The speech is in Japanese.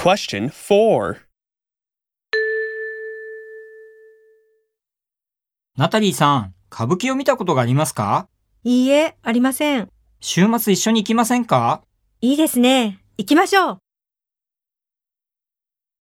Question 4. ナタリーさん、歌舞伎を見たことがありますかいいえ、ありません。週末一緒に行きませんかいいですね。行きましょう。